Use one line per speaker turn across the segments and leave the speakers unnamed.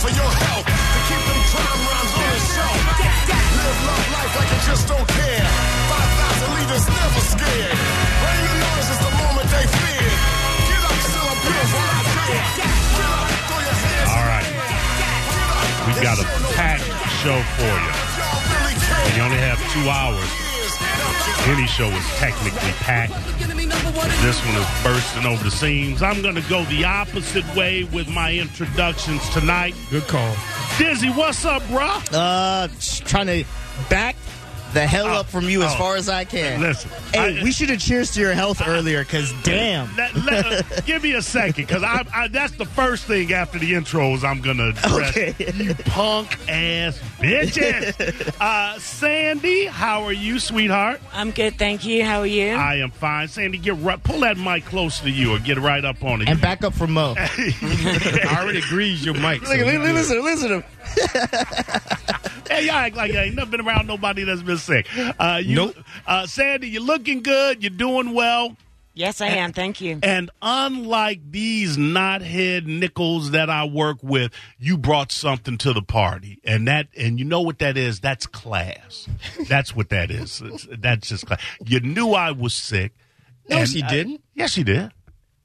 for your health. To keep them crime rhymes on the shelf. Live love life like you just don't care. 5,000 leaders never scared. Rain the noise is the moment they fear. Get up, still up here for our fear. Get up, throw your hands
All
in
right.
the air. Get up,
We've got a
and show no
packed
fear.
show for you.
Y'all really care.
And you only have two hours. Any show is technically packed. This one is bursting over the seams. I'm going to go the opposite way with my introductions tonight.
Good call.
Dizzy, what's up, bruh?
Uh, sh- trying to back the hell up from you as
oh.
far as I can.
Listen,
Hey,
I-
we should have cheers to your health earlier, because damn.
Let- let- give me a second, because I, I, that's the first thing after the intros I'm going to address.
Okay.
You punk ass bitches. Uh, Sandy, how are you, sweetheart?
I'm good, thank you. How are you?
I am fine. Sandy, get right, pull that mic close to you or get right up on it.
And back up from Mo. Look,
I already greased your mic. so
li-
you
li-
good.
listen, listen to him.
Hey, y'all act like I ain't never been around nobody that's been sick. Uh, you,
Nope.
Uh, Sandy, you're looking good. You're doing well.
yes, I am. Thank you.
And unlike these knothead nickels that I work with, you brought something to the party, and that and you know what that is? That's class. That's what that is. It's- that's just class. You knew I was sick.
No,
and
she
I-
didn't.
yes, she did.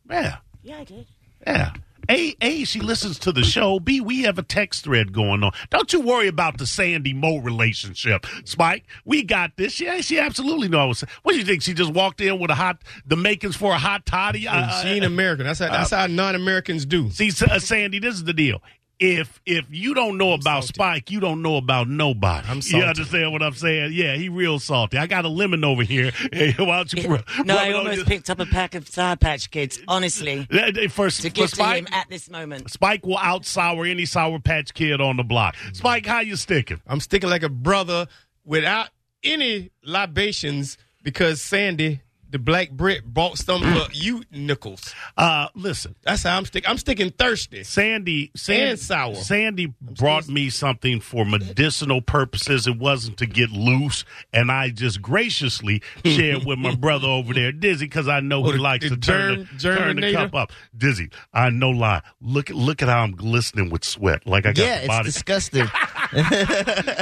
Yeah.
Yeah, I did.
Yeah. A, A, she listens to the show. B, we have a text thread going on. Don't you worry about the Sandy Moe relationship, Spike. We got this. She, she absolutely knows. What do you think? She just walked in with a hot, the makings for a hot toddy?
And
Uh,
she ain't American. That's how, that's how non-Americans do.
see, S- uh, Sandy, this is the deal. If if you don't know about Spike, you don't know about nobody.
I'm
You
salty.
understand what I'm saying? Yeah, he real salty. I got a lemon over here. Hey, why don't you? rub-
No,
rub
I
it on
almost
your-
picked up a pack of Sour Patch Kids, honestly,
Uh, uh, for,
to
for
give to
Spike.
him at this moment.
Spike will out sour any sour patch kid on the block. Spike, how you sticking?
I'm sticking like a brother without any libations because Sandy, the black Brit, bought some for you nickels.
Uh, listen,
That's how I'm sticking. I'm sticking thirsty.
Sandy, Sandy,
And sour.
Sandy brought me something for medicinal purposes. It wasn't to get loose, and I just graciously shared with my brother over there, Dizzy, because I know he
the-
likes
the
to turn the,
germ-
turn the
germinator?
cup up. Dizzy, I no lie. Look, look at how I'm glistening with sweat. Like I got
Yeah,
the
it's
body.
disgusting.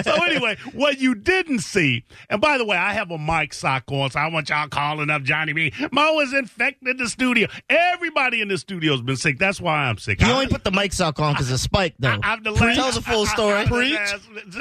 So anyway, what you didn't see, and by the way, I have a mic sock on, so I want y'all calling up Johnny B. Mo is infected the studio. Everybody in the studio's been sick. That's why I'm sick.
You
I-
only put the mic sock on because of Spike, though.
I- I'm the last.
Tell the full
I- I-
story.
I'm the
Preach.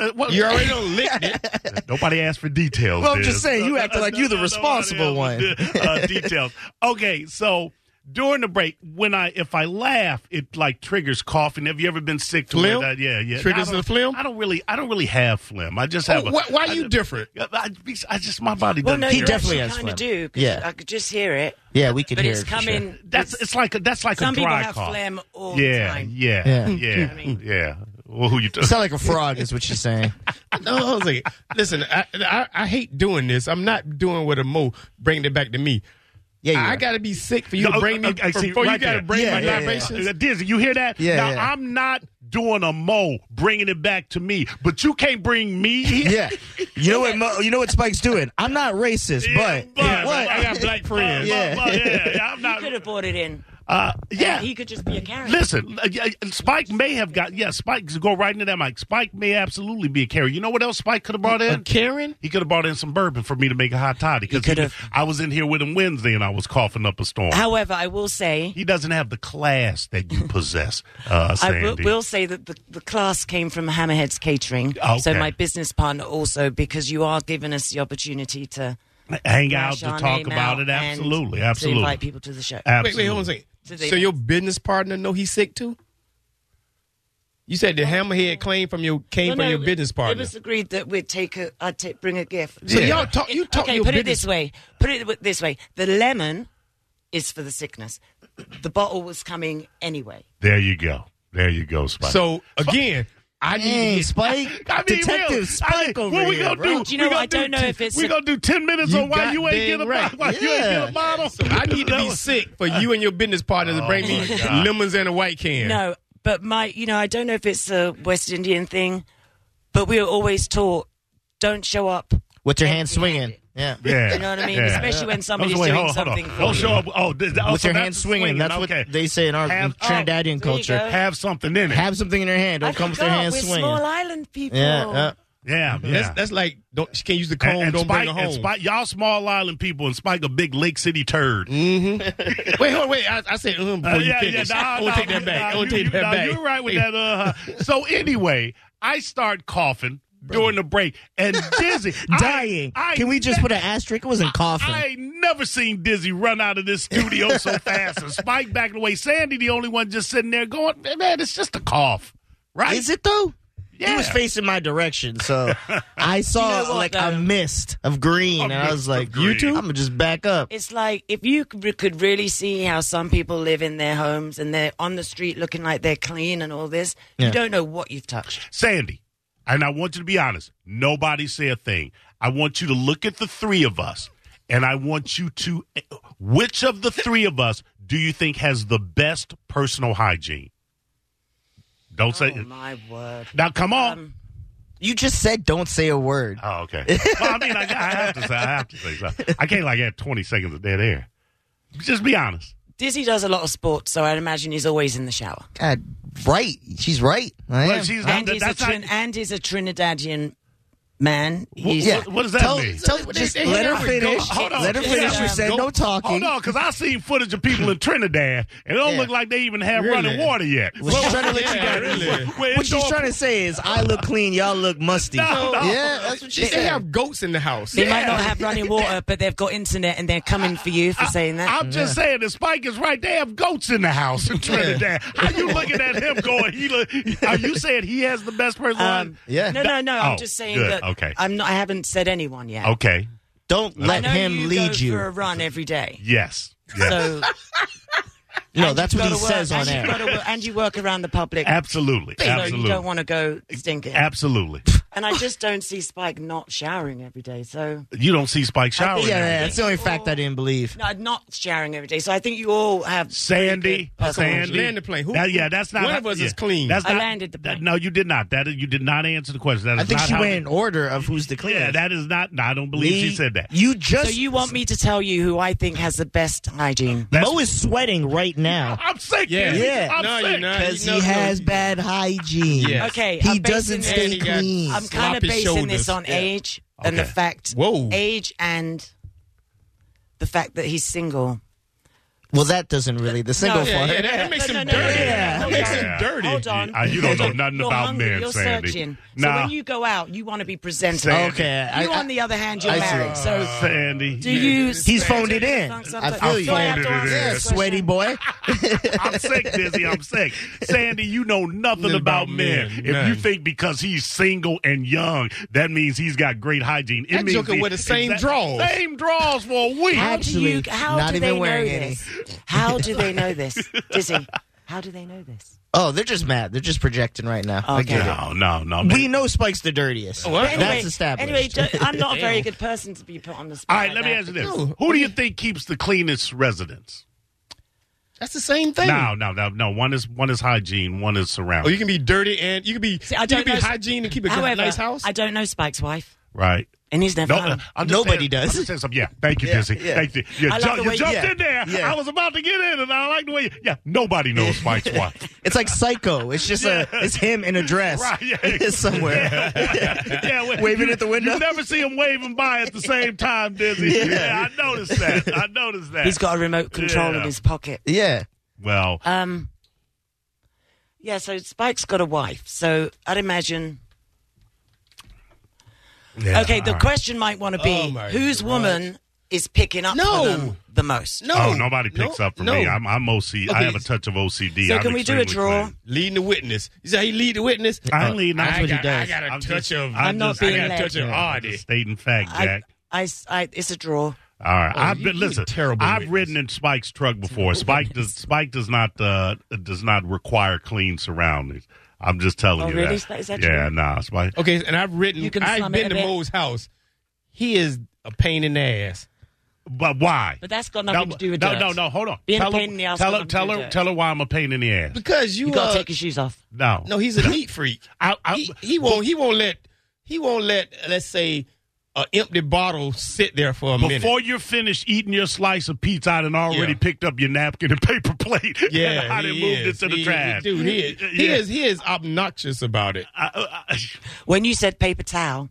last- what-
You already done licked it.
Nobody asked for details.
Well, I'm
dude.
just saying, you acted like you the
Nobody asked
responsible one.
for, uh, details. Okay, so during the break, when I if I laugh, it like triggers coughing. Have you ever been sick to where
Phlegm?
that? Yeah, yeah.
Triggers
I don't-
the phlegm?
I don't really, I don't really have phlegm. I just have.
Oh,
a,
why, why
I-
you different?
I, I just my body
Well,
doesn't.
no,
He
you
definitely has
kind
phlegm.
of do. 'cause
Yeah.
I could just hear it.
yeah, we can
But
hear
it's
it for sure.
coming.
that's it's like a, that's like
some
a
people
dry
have
cough.
phlegm all the
yeah,
time.
yeah,
Yeah.
yeah, yeah, yeah. Well, who you
You
talking?
sound like a frog, is what she's saying.
No, I was like, listen, I, I, I hate doing this. I'm not doing what a mo bringing it back to me.
Yeah, you
I
are.
got to be sick for you
uh, No,
to bring me.
okay, I see,
before
right
you got to
there.
bring
Yeah,
my
yeah, yeah.
libations.
Uh, Dizzy, you hear that?
Yeah,
now
yeah.
I'm not doing a mo, bringing it back to me, but you can't bring me. here.
Yeah, you know what? Mo, you know what Spike's doing. I'm not racist,
Yeah,
but,
but-
what?
I got black friends.
Yeah.
Well, yeah, yeah, I'm
He could
not.
have brought it in.
Uh, yeah,
He could just be a carrier.
Listen, uh, yeah, Spike may have got yeah. Spike go right into that mic. Spike may absolutely be a carrier. You know what else Spike could have brought in?
Karen?
He could have brought in some bourbon for me to make a hot toddy
He
because
could've.
I was in here with him Wednesday and I was coughing up a storm.
However, I will say,
he doesn't have the class that you possess, uh,
I
Sandy.
will, will say that the, the class came from Hammerhead's Catering. So
Okay.
my business partner also, because you are giving us the opportunity to
Hang out
bash
to
our
talk
name
about
out
it.
and
Absolutely,
To
absolutely,
invite people to the show.
Wait,
absolutely.
wait, hold on a second.
So they
So your business partner know he's sick too? You said the hammerhead claim from your came
No,
from
no,
your business
It
partner.
was agreed that we'd take a, I'd take, bring a gift.
So
Yeah.
y'all talk. You talk.
okay,
your
put it
business-
this way. Put it w- this way. The lemon is for the sickness. The bottle was coming anyway.
There you go. There you go, Spike.
So again, I need to
Dang,
get-
Spike,
I mean,
Detective
real. I mean,
Spike over
what we
here.
gonna
bro.
do?
Do you know
we
what?
gonna
I don't
do
know
ten-
if it's
we
a-
gonna do ten minutes
You
on why you ain't
goddamn
get a
right.
why you ain't
Yeah.
get a model. Oh
So I need to be sick for you and your business partner to bring me
my God.
lemons and a white can.
No, but my, you know, I don't know if it's a West Indian thing, but we were always taught don't show up
With your hands swinging. Yeah.
Yeah.
You know what I mean?
Yeah.
Especially when somebody's
Wait,
doing
hold on, hold on.
something for
Don't
you.
show up. Oh, this, oh,
With
so
your
that's
hands
the
swinging. That's
okay.
what they say in our in
Have- oh,
Trinidadian
there you
culture.
go.
Have something in it.
Have something in your hand. Don't
I
come with your
forgot,
hands
we're
swinging.
small island people.
yeah. yeah.
yeah, yeah.
That's, that's like don't she can't use the comb.
and, and
don't
Spike,
bring her
and
home.
Spike, y'all small island people, and Spike a big Lake City turd.
Wait, hold on, wait. I, I said um before
Uh,
you finish.
Mm-hmm. nah,
I want
nah,
to take that back.
nah,
I want to
you-
take that
nah,
back.
You're right with that. Uh, so anyway, I start coughing during the break and dizzy, I-
Dying.
I
Can we just
ne-
put an asterisk? It wasn't coughing.
oh, I ain't never seen Dizzy run out of this studio so fast. And Spike backing away. Sandy, the only one just sitting there going, man, it's just a cough, right?
Is it though?
Yeah.
He was facing my direction, so I saw
know what,
like a
though?
mist of green,
A
and I
mist
was
of
like,
green.
"You too? I'm gonna just back up."
It's like if you c- could really see how some people live in their homes and they're on the street looking like they're clean and all this,
Yeah.
you don't know what you've touched.
Sandy, and I want you to be honest. Nobody say a thing. I want you to look at the three of us, and I want you to. Which of the three of us do you think has the best personal hygiene? Don't say.
Oh my word!
Now, come on.
Um,
You just said don't say a word.
oh, okay. Well, I mean, I, I have to say, I have to say something. I can't like have twenty seconds of dead air. Just be honest.
Dizzy does a lot of sports, so I'd imagine he's always in the shower.
God, right? She's right. I
Well,
am.
she's not-
And he's, a
that's not-
Trin- and he's a Trinidadian man. He's-
yeah.
What does that
tell,
mean?
tell- just let her finish.
Hold on.
Let her
Yeah.
finish. She said
Go-
no talking.
Hold on, because Oh, I seen footage of people in Trinidad, and it don't
Yeah.
look like they even have
Really?
running water yet.
What she's trying to let you
Yeah,
know.
really.
Well,
What she's
indoor-
trying to say is, I look clean, y'all look musty.
No, no.
Yeah, that's what she
They
said.
have goats in the house.
They might not have running water, but they've got internet and they're coming for you
Uh,
for saying that.
I'm just saying that Spike is right. They have goats in the house in Trinidad. Are you looking at him going? He look, are you saying he has the best person?
Um,
Yeah.
No, no, no. I'm
uh, Oh,
just saying
good.
that
Okay.
I'm not, I haven't said anyone yet.
okay.
Don't
I
let
know
him
you
lead
go
you.
for a run every day.
Yes. Yes.
So
no, that's what
gotta
he
work-
says on
and
air.
You gotta work- and you work around the public.
absolutely.
so
absolutely.
you don't want to go stinking.
absolutely.
and I just don't see Spike not showering every day. So
You don't see Spike showering.
yeah,
every day.
that's the only fact I didn't believe.
no, not showering every day. So I think you all have
Sandy,
pretty good personal-
Sandy,
Land the plane. Who-
That- yeah, that's not.
one of us
yeah.
is clean.
That's
I
not-
landed the
that-
plane.
no, you did not. That is- you did not answer the question. That is
I think
not
she
how-
went in order of who's the cleanest.
Yeah, that is not. no, I don't believe she
Lee,
said that.
You just
So you want me to tell you who I think has the best hygiene?
That's-
Mo is sweating right now
I'm sick.
Yeah.
Dizzy.
Yeah.
I'm
No,
sick. Uh,
you're not.
because
You know-
he has bad hygiene.
Yes.
Okay,
he
I'm basing
doesn't
this-
And
stay
he got-
clean.
I'm kind of
Sloppy
basing this
shoulders.
on
Yeah.
age and the
Okay.
fact,
Whoa.
age and the fact that he's single.
well, that doesn't really the single
No,
Yeah,
part.
yeah, that, that makes
No,
him
no, no,
dirty.
no, no,
Yeah.
That
no,
makes
no,
him
Yeah.
dirty.
Hold on.
Uh, you don't know nothing
you're
about
hungry,
men,
you're
Sandy.
Searching.
Nah.
So when you go out, you want to be presentable.
Sandy.
Okay, I-
You,
I-
on the other hand, you're
I see.
married. So
Sandy.
do you?
He's phoned it in.
Funk
I
something-
feel
So I
you.
have
Phoned
to
it
answer
in.
this
Yeah,
question.
sweaty boy.
I'm sick, Dizzy. I'm sick. Sandy, you know nothing
Nothing
about,
about
men.
men.
If
None.
you think because he's single and young, that means he's got great hygiene. It
That
means
joker
he-
wear the same
exact-
draws.
Same draws for a week.
How do you?
Actually,
How
not
do
even
they know
wearing any.
this? How do they know this, Dizzy? How do they know this?
Oh, they're just mad. They're just projecting right now. I
Okay.
get it.
No, no, no.
We know Spike's the dirtiest.
what?
But
That's established.
Anyway, don't- I'm not a very good person to be put on the spot.
All right, let
like
me
that.
ask you this.
Oh.
Who do you think keeps the cleanest residence?
That's the same thing.
No, no, no, no. One is one is hygiene, one is
Oh,
surrounding.
you can be dirty and you can be
I
you
don't
can be
know-
hygiene and keep a
However,
nice house.
I don't know Spike's wife,
right.
and he's never.
No,
home.
I'm just
Nobody
saying-
does.
I'm just saying something. Yeah, thank you,
Yeah,
Dizzy.
yeah.
Thank you. You,
I love
ju-
the
you
way-
jumped
yeah,
in there.
yeah.
I was about to get in, and I like the way. You, yeah, nobody knows Spike's wife.
It's like Psycho. It's just a. It's him in a dress.
Right, yeah.
It's somewhere.
yeah, wait,
Waving
you-
at the window?
You never see him waving by at the same time, Dizzy. Yeah,
Yeah.
I noticed that. I noticed that.
He's got a remote control
Yeah.
in his pocket.
Yeah.
well,
Um, yeah, so Spike's got a wife, so I'd imagine.
yeah,
okay, the
all right.
question might want to
Oh
be
my
whose
God.
woman is picking up
No.
for them the most.
Oh, nobody picks
no,
up for
no.
me. I'm, I'm OC. I
Okay.
have a touch of OCD.
So
I'm
can we do a
extremely
draw?
clean.
leading the witness. You say he lead the witness.
I lead.
I
That's what he
got- I
does.
got a
I'm
touch
just-
of-
I'm,
I'm not
just,
being
I got a
led.
touch of
Yeah.
oddity. Stating fact,
I,
Jack.
I, I, it's a draw.
All right,
Oh,
I've
you-
been
you
listen.
terrible
I've
witness.
ridden in Spike's truck before. Spike does Spike does not uh, does not require clean surroundings. I'm just telling
Oh,
you
really?
that.
Is that
yeah,
true?
nah, Spike.
Okay, and I've written.
You can
I've
slum it
been
a
to
bit.
Moe's house. He is a pain in the ass.
But why?
But that's got
no,
nothing to do with
no,
dirt.
no, no. Hold on.
Being a
tell her,
pain in the ass
Tell
got
her,
nothing
tell
to do
her,
with
tell her why I'm a pain in the ass.
Because you,
You gotta
uh,
take your shoes off.
No,
no, he's a neat freak.
I, I,
he, he won't. He won't let. He won't let. Let's say an empty bottle sit there for a minute.
Before you're finished eating your slice of pizza out and already
Yeah.
picked up your napkin and paper plate,
yeah,
and how they
he
moved
is.
it to the
He-
trash,
Dude, he is, he
Yeah.
is he is obnoxious about it.
I- uh, I- I-
When you said paper towel,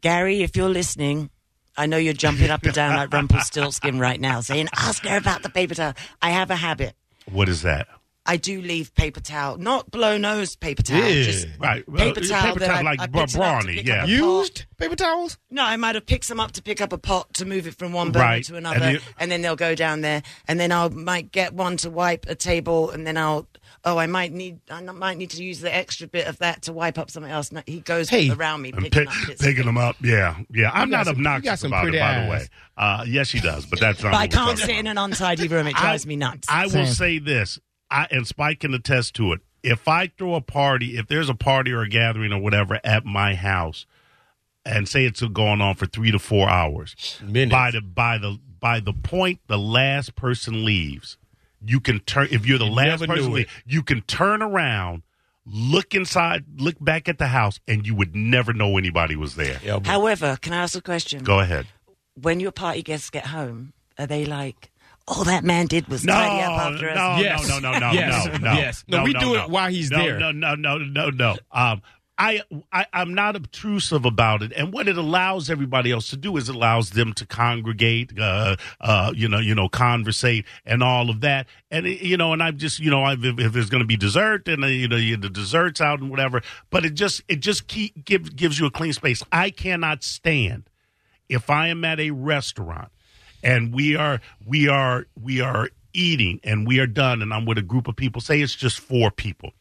Gary, if you're listening, I know you're jumping up and down like Rumpelstiltskin right now, saying, "Ask her about the paper towel." I have a habit.
what is that?
I do leave paper towel, not blow nose paper towel,
Yeah.
just
Right, well,
paper
uh,
towel,
paper
that
towel
I-
like
I
bra-
picked it up to
brawny,
pick
yeah.
up a pot.
Used paper towels?
No, I might have picked some up to pick up a pot to move it from one burner
Right,
to
and
another, and,
you-
then they'll go down there, and then I might get one to wipe a table, and then I'll. Oh, I might need I might need to use the extra bit of that to wipe up something else. No, he goes
Hey.
around me
And
picking
pick-
up bits.
picking them up, yeah, yeah. I'm
got
not
some- you
obnoxious
got some
about it,
pretty
by the way.
eyes.
Uh, yes, she does, but that's not.
but
what
I
we're
can't
talking
sit in
about.
an untidy room; it drives me nuts.
I will
Same.
say this, I and Spike can attest to it. If I throw a party, if there's a party or a gathering or whatever at my house, and say it's going on for three to four hours,
Minutes.
by the by the by the point the last person leaves, you can turn. If you're the last
never knew
person, to
it.
leave, you can turn around, look inside, look back at the house, and you would never know anybody was there.
Yeah, but-
However, can I ask a question?
Go ahead.
When your party guests get home, are they like, "All that man did was tidy up after
no,
us"?
No,
Yes.
no, no, no, no,
Yes.
no, no.
Yes. No, we do it while he's
no,
there.
No, no, no, no, no. Um, I, I, I'm not obtrusive about it, and what it allows everybody else to do is it allows them to congregate, uh, uh, you know, you know, conversate, and all of that, and it, you know, and I'm just, you know, I've, if, if there's going to be dessert, and uh, you know, you, the desserts out and whatever, but it just, it just keep, give, gives you a clean space. I cannot stand if I am at a restaurant and we are we are we are eating and we are done and I'm with a group of people, say it's just four people,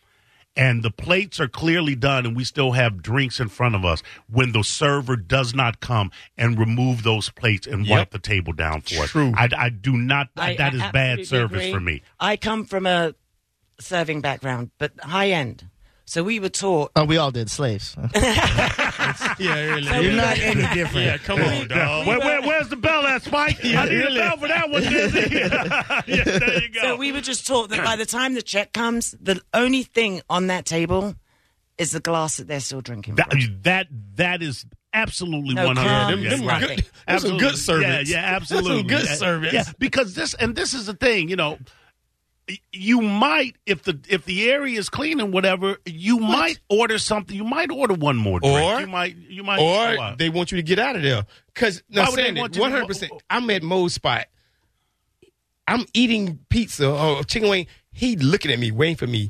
and the plates are clearly done and we still have drinks in front of us when the server does not come and remove those plates and
Yep.
wipe the table down for us.
True.
I, I do not
I-
that
I
is
absolutely
bad service
agree.
for me.
I come from a serving background, but high end. So we were taught.
Oh, we all did slaves.
yeah, really.
You're
yeah.
not
any different.
Yeah, come on, dog.
Where, where, where's the bell at, Spike? I need a bell for that one, Dizzy. yeah, there you go.
So we were just taught that by the time the check comes, the only thing on that table is the glass that they're still drinking.
That
from.
that that is absolutely
No
one hundred.
crumbs, Yeah, them right. good-
that's some good service.
Yeah, yeah,
That's some
absolutely.
good
Yeah,
service.
Yeah, because this and this is the thing, you know. y- You might, if the if the area is clean and whatever, you might order something. You might order one more drink.
Or-
you might, you might,
Or
what?
they want you to get out of there. Because
Why
now,
would they
Sandy,
want you to-
100%, I'm at Mo's spot. I'm eating pizza or chicken wing. He looking at me, waiting for me,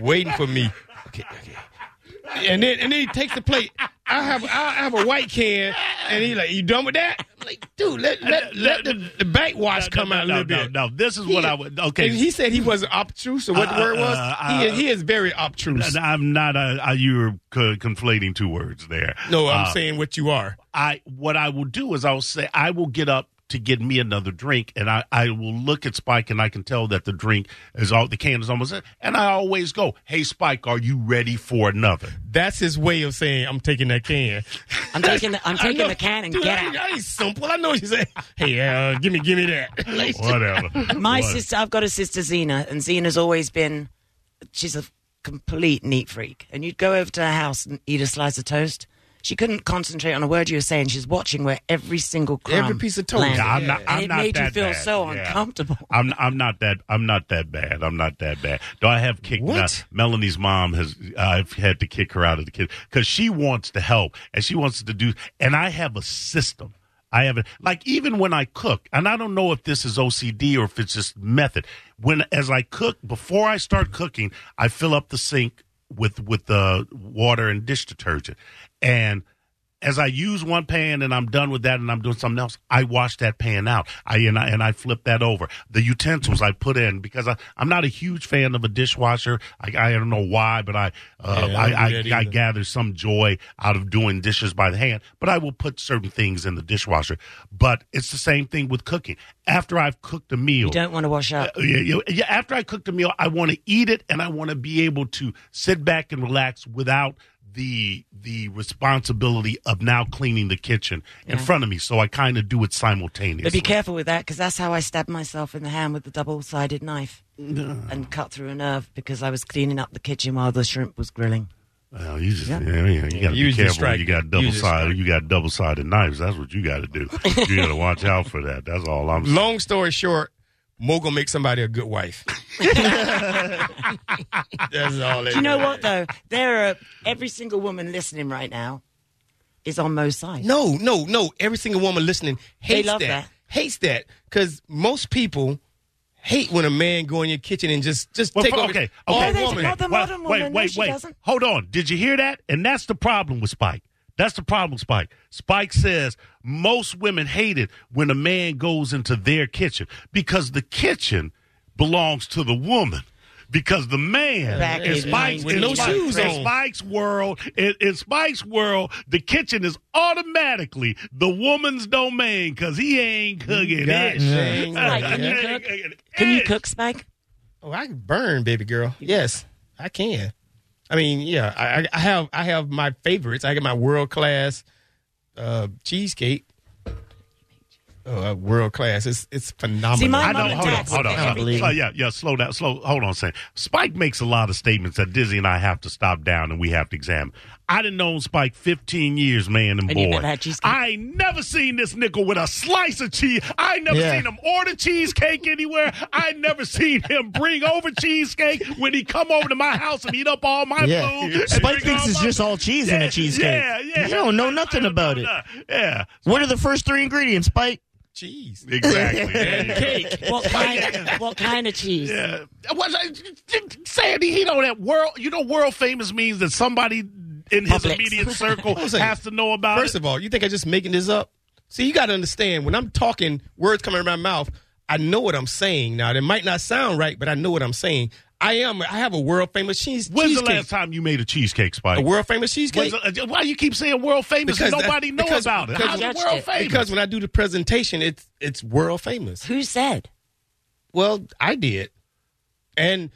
waiting for me. Okay, okay. And then and then he takes the plate. I have I have a white can, and he like, you done with that? I'm like, dude, let let, let the, the back wash
No,
come
no,
out a
no,
little
no,
bit.
No, this is what I would. Okay,
And he said he wasn't obtruse, or what
Uh,
the word was.
uh,
he,
uh,
is, he is very obtruse.
And I'm not. A, I, you're co- conflating two words there.
no, I'm
Uh,
saying what you are.
I what I will do is I'll say I will get up to get me another drink, and I, I will look at Spike, and I can tell that the drink is all the can is almost, in, and I always go, "Hey Spike, are you ready for another?"
That's his way of saying I'm taking that can.
I'm taking the, I'm
I
taking
know-
the can and
Dude,
get
I ain't-
out.
I ain't simple. I know what you say. Hey, uh, give me, give me that. Like,
Whatever.
My
What-
sister, I've got a sister Zena, and Zena's always been, she's a complete neat freak. And you'd go over to her house and eat a slice of toast. She couldn't concentrate on a word you were saying. She's watching where every single crumb
Every piece of toast.
landed.
Yeah, I'm not.
And
I'm
um, it
not
made you
that
feel
bad.
so
Yeah.
uncomfortable.
I'm I'm not that I'm not that bad. I'm not that bad. Though I have kicked
What?
uh, Melanie's mom has I've had to kick her out of the kid because she wants to help and she wants to do and I have a system. I have a, like even when I cook, and I don't know if this is OCD or if it's just method. When as I cook, before I start cooking, I fill up the sink with with the water and dish detergent, and as I use one pan and I'm done with that and I'm doing something else, I wash that pan out. I and I and I flip that over. The utensils I put in because I, I'm not a huge fan of a dishwasher. I, I don't know why, but I uh,
Yeah, I
I,
don't do
I,
that
I
either.
gather some joy out of doing dishes by the hand. But I will put certain things in the dishwasher. But it's the same thing with cooking. After I've cooked a meal,
You don't want to wash up.
yeah, yeah, yeah, after I cook the meal, I want to eat it and I want to be able to sit back and relax without the the responsibility of now cleaning the kitchen in front of me. So I kind of do it
But
simultaneously.
be careful with that because that's how I stabbed myself in the hand with the double sided knife and cut through a nerve because I was cleaning up the kitchen while the shrimp was grilling.
Well, you just
Yeah.
yeah, yeah, you got to be
Use
careful.
the
When
strike.
you got
Use
double
the
sided. You got double sided knives. That's what you got to do. You got to watch out for that. That's all I'm. saying.
Long story short, Mo gonna make somebody a good wife. That's all.
Do you know what though? There are every single woman listening right now is on Mo's side.
No, no, no. Every single woman listening hates
love
that,
that.
Hates that because most people hate when a man go in your kitchen and just just
Well,
take
fr-
over.
okay,
All
okay.
there's
woman.
another
Well,
modern
wait,
woman. No,
wait,
she
wait.
doesn't.
Hold on. Did you hear that? And that's the problem with Spike. That's the problem, Spike. Spike says most women hate it when a man goes into their kitchen because the kitchen belongs to the woman. Because the man
Back
in
in
Spike's
with
in
no
Spike-
shoes
in
on.
Spike's world, in, in Spike's world, the kitchen is automatically the woman's domain because he ain't cooking it.
dang right.
Can you cook? Can you cook, Spike?
Oh, I can burn, baby girl. Yes, I can. I mean, yeah, I, I- I have I have my favorites. I got my world class uh, cheesecake. Oh, uh, world class! It's it's phenomenal.
See, my
I
mom
know.
and
Hold on.
dad
Hold on.
said
Hold on.
everything.
Oh, yeah, yeah. Slow down. Slow. Hold on. a second. Spike makes a lot of statements that Dizzy and I have to stop down and we have to examine. I done known Spike 15 years, man and,
And
boy.
you never had cheesecake?
I ain't never seen this nickel with a slice of cheese. I ain't never
Yeah.
seen him order cheesecake anywhere. I ain't never seen him bring over cheesecake when he come over to my house and eat up all my food.
Yeah.
and
Spike
drink
thinks
all
it's
my-
just all cheese in
Yeah,
a cheesecake.
Yeah, yeah.
You don't know
I-
nothing
I don't
about
know
it.
nothing. Yeah,
What are the first three ingredients, Spike?
cheese.
exactly. There you go.
What kind? what kind of cheese?
Yeah. Uh, What, Sandy, he know that world. You know, world famous means that somebody in his
Publix.
immediate circle
Hold on a second.
has to know about
First
it.
of all, you think I'm just making this up? See, you got to understand when I'm talking, words coming out of my mouth. I know what I'm saying. Now, it might not sound right, but I know what I'm saying. I am. I have a world famous cheese.
When's
cheesecake.
the last time you made a cheesecake,
A
Spike?
world famous cheesecake.
When's the- uh, why you keep saying world famous and
Because that-
nobody know
because-
about it?
because-
How's it
Judged
world
it.
famous?
Because when I do the presentation, it's it's world famous.
Who said?
Well, I did, and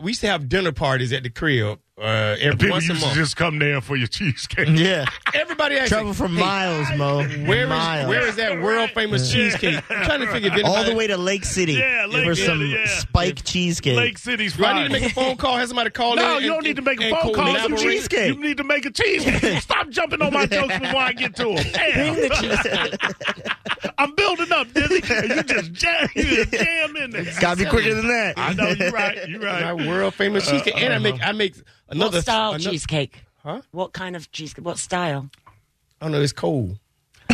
we used to have dinner parties at the crib uh, every
People
once
used
a
to
month. Mm-hmm.
just come there for your cheesecake.
Yeah.
Everybody asked,
Travel for miles, Mo.
"Where is
miles.
where is that world famous cheesecake?" I'm trying to figure. did
all the
anybody-
way to Lake City
Yeah, Lake
for
City,
some
yeah.
spike cheesecake.
Lake City's
Do I
fine.
need to make a phone call? Has somebody called?
no,
in
you don't
and-
need to make a
and
phone call.
collaborate?
You need-
cheesecake.
You need to make a cheesecake. Stop jumping on my jokes before I get to them. Damn.
Bring the cheesecake.
I'm building up, Dizzy. and You just jam, you just jam in there.
Gotta be quicker than that.
I know you're right. You're right.
My world
Uh,
famous cheesecake, and I make I make
What
another
style
another-
cheesecake?
Huh?
What kind of cheesecake? What style?
I don't know. Oh, It's cold.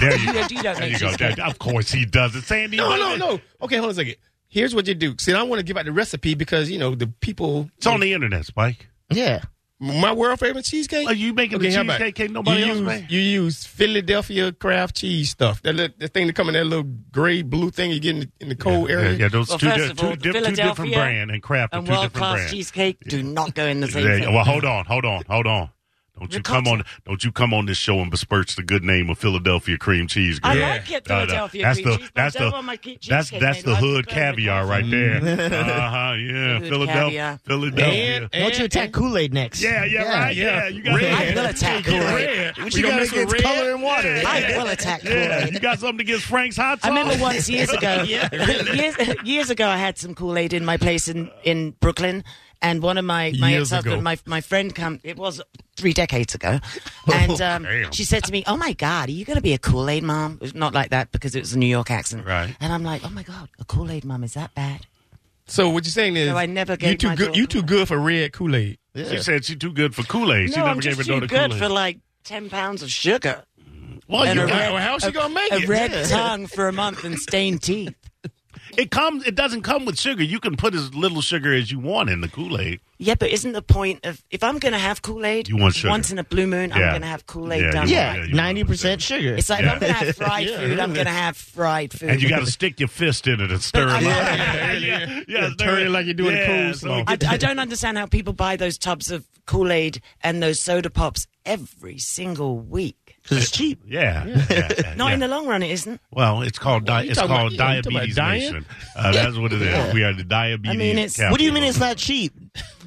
There you
Yeah, you don't
There
make
you go.
cheesecake.
That- of course he does it. Sandy.
No,
wait a
no,
minute.
no. Okay, hold on a second. Here's what you do. See, I don't want to give out the recipe because you know the people.
It's on the internet, Spike.
Yeah.
My world favorite cheesecake.
Are you making the
how about-
cheesecake? Can't nobody
you
else
use,
make.
You use Philadelphia craft cheese stuff. That little, the thing that come in that little gray blue thing you get in the, in the cold
Yeah,
area.
yeah, those
Well,
two,
first
di-
of all,
two, di- two different
Philadelphia
brand and craft are
And
two different
world
brands.
class cheesecake do not go in the same
There you-
thing.
well, hold on, hold on, hold on. Don't you come on! Don't you come on this show and besmirch the good name of Philadelphia cream cheese. Girl.
I like it, Philadelphia
That's
cream
the
cheese, but I
that's
don't
the
want my cheesecake
that's
made
that's the
like
hood
Philadelphia
caviar right there. Uh huh. Yeah,
Hood
Philadelphia,
caviar.
Philadelphia.
And-
Don't you attack Kool Aid next?
yeah, yeah, right. Yeah,
yeah.
you got
Red.
I will attack Kool-Aid.
What you got against color and water?
I will attack
Yeah,
Kool-Aid.
you got something against Frank's hot sauce?
I remember once years ago, years, years ago, I had some Kool Aid in my place in, in Brooklyn, and one of my my
Years
ex husband,
ago.
my my friend, come. It was three decades ago, and um,
Oh, Damn.
she said to me, "Oh my God, are you going to be a Kool Aid mom?" It was not like that because it was a New York accent,
Right.
And I'm like, "Oh my God, a Kool Aid mom is that bad?"
So what you're saying is,
No, I never
you
gave
too
my
good.
daughter
You too good for red Kool Aid.
She said she's too good for Kool Aid. she
no,
never
I'm
gave
just
her
too
daughter
good
Kool
for
Aid.
like ten pounds of sugar,
Well,
and
you
a
got-
red-
Well, how's she gonna make
a
it?
red tongue for a month and stained teeth.
it comes. It doesn't come with sugar. You can put as little sugar as you want in the Kool Aid.
Yeah, but isn't the point of if I'm going to have Kool Aid,
You want sugar.
once in a blue moon, I'm
Yeah.
going to have Kool Aid
Yeah,
done.
you
right.
Yeah,
Yeah, you
ninety percent sugar.
It's like if I'm going to have fried food, I'm going to have fried food.
And you got to stick your fist in it and stir it up. Yeah,
turn it like you're doing
yeah,
cold
so
smoke.
I, I don't understand how people buy those tubs of Kool Aid and those soda pops every single week.
'Cause it's cheap.
Yeah, yeah, yeah,
Not
yeah.
in the long run, it isn't.
well, it's called di-
you
it's
talking
called
about- you talking about
diabetes
dying?
nation. Uh, that's what it is. We are the diabetes.
I mean, it's-
capital.
What do you mean it's not cheap?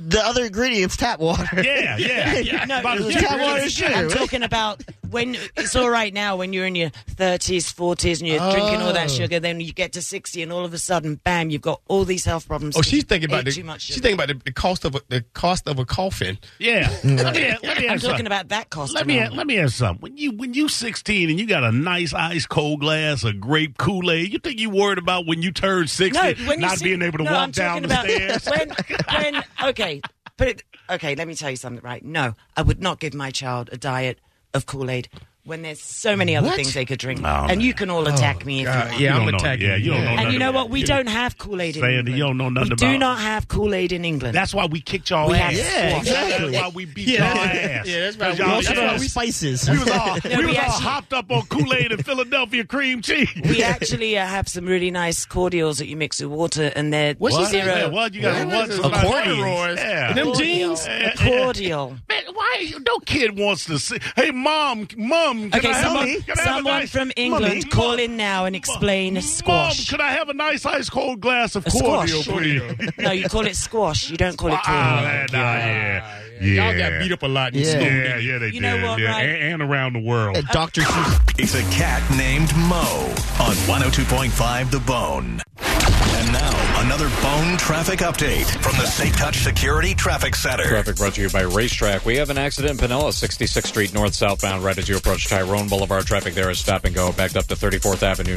The other ingredients, tap water.
Yeah, yeah, yeah.
No,
About
it was
as cheap
tap
as-
water is sugar.
I'm
right?
talking about when it's all right now when you're in your 30s, 40s, and you're drinking all that sugar, then you get to 60, and all of a sudden, bam, you've got all these health problems.
Oh,
'cause
she's
you
thinking about
ate
the,
too much.
she's
sugar.
thinking about the, the cost of a, the cost of a coffin.
Yeah. let me, let me
I'm
ask
talking
something.
about that cost.
Let me
alone.
let me ask something. When you when you 16 and you got a nice ice cold glass of grape Kool Aid, you think you worried about when you turn 60
No, when you
not
see-
being able to
no,
walk
I'm
down
talking
the
about
stairs?
When, when, okay, put it, okay, let me tell you something, right? No, I would not give my child a diet of Kool Aid when there's so many other
What?
things they could drink.
Oh,
and you can all attack me if you
God,
want.
yeah,
You
I'm
don't know-
attacking.
yeah, you don't know
And you
nothing
know
about
what? We
it.
don't have Kool Aid in
Sandy,
England.
you don't know nothing
we do
about-
not have Kool Aid in England.
That's why we kicked y'all
We
ass.
have Yeah, squash.
exactly.
That's why we beat
Yeah.
y'all ass.
Yeah, that's why
'Cause
we-
We
y'all
also
ass.
don't have spices.
We was all,
No,
we
we
was all
actually-
hopped up on Kool Aid and Philadelphia cream cheese.
we actually uh, have some really nice cordials that you mix with water, and they're
What's she
zero.
saying?
Yeah, what? You guys
What?
want
This is
some
accordions.
corduroys. Yeah.
Them
Cordial.
jeans?
A cordial.
Man, why you- no kid wants to see? Hey, mom, mom. Can
Okay,
I have
someone,
a, can I have a
someone
nice-
from England,
Mummy,
call
Mum,
in now and explain a squash.
Mom, could I have a nice ice cold glass of
A squash.
cordial, please?
no, you call it squash. You don't call it
Ah,
corn.
man, nah, yeah, yeah,
Y'all got beat up a lot in
Yeah.
school.
Yeah, yeah, they
You
did.
know what,
yeah,
right?
and, and around the world.
At Dr. Seuss.
It's a cat named Mo on 102.5 The Bone. And now, another bone traffic update from the Safe Touch Security Traffic Center.
Traffic brought to you by Racetrack. We have an accident in Pinellas, 66th Street North, southbound, right as you approach Tyrone Boulevard. Traffic there is stop and go, backed up to 34th Avenue.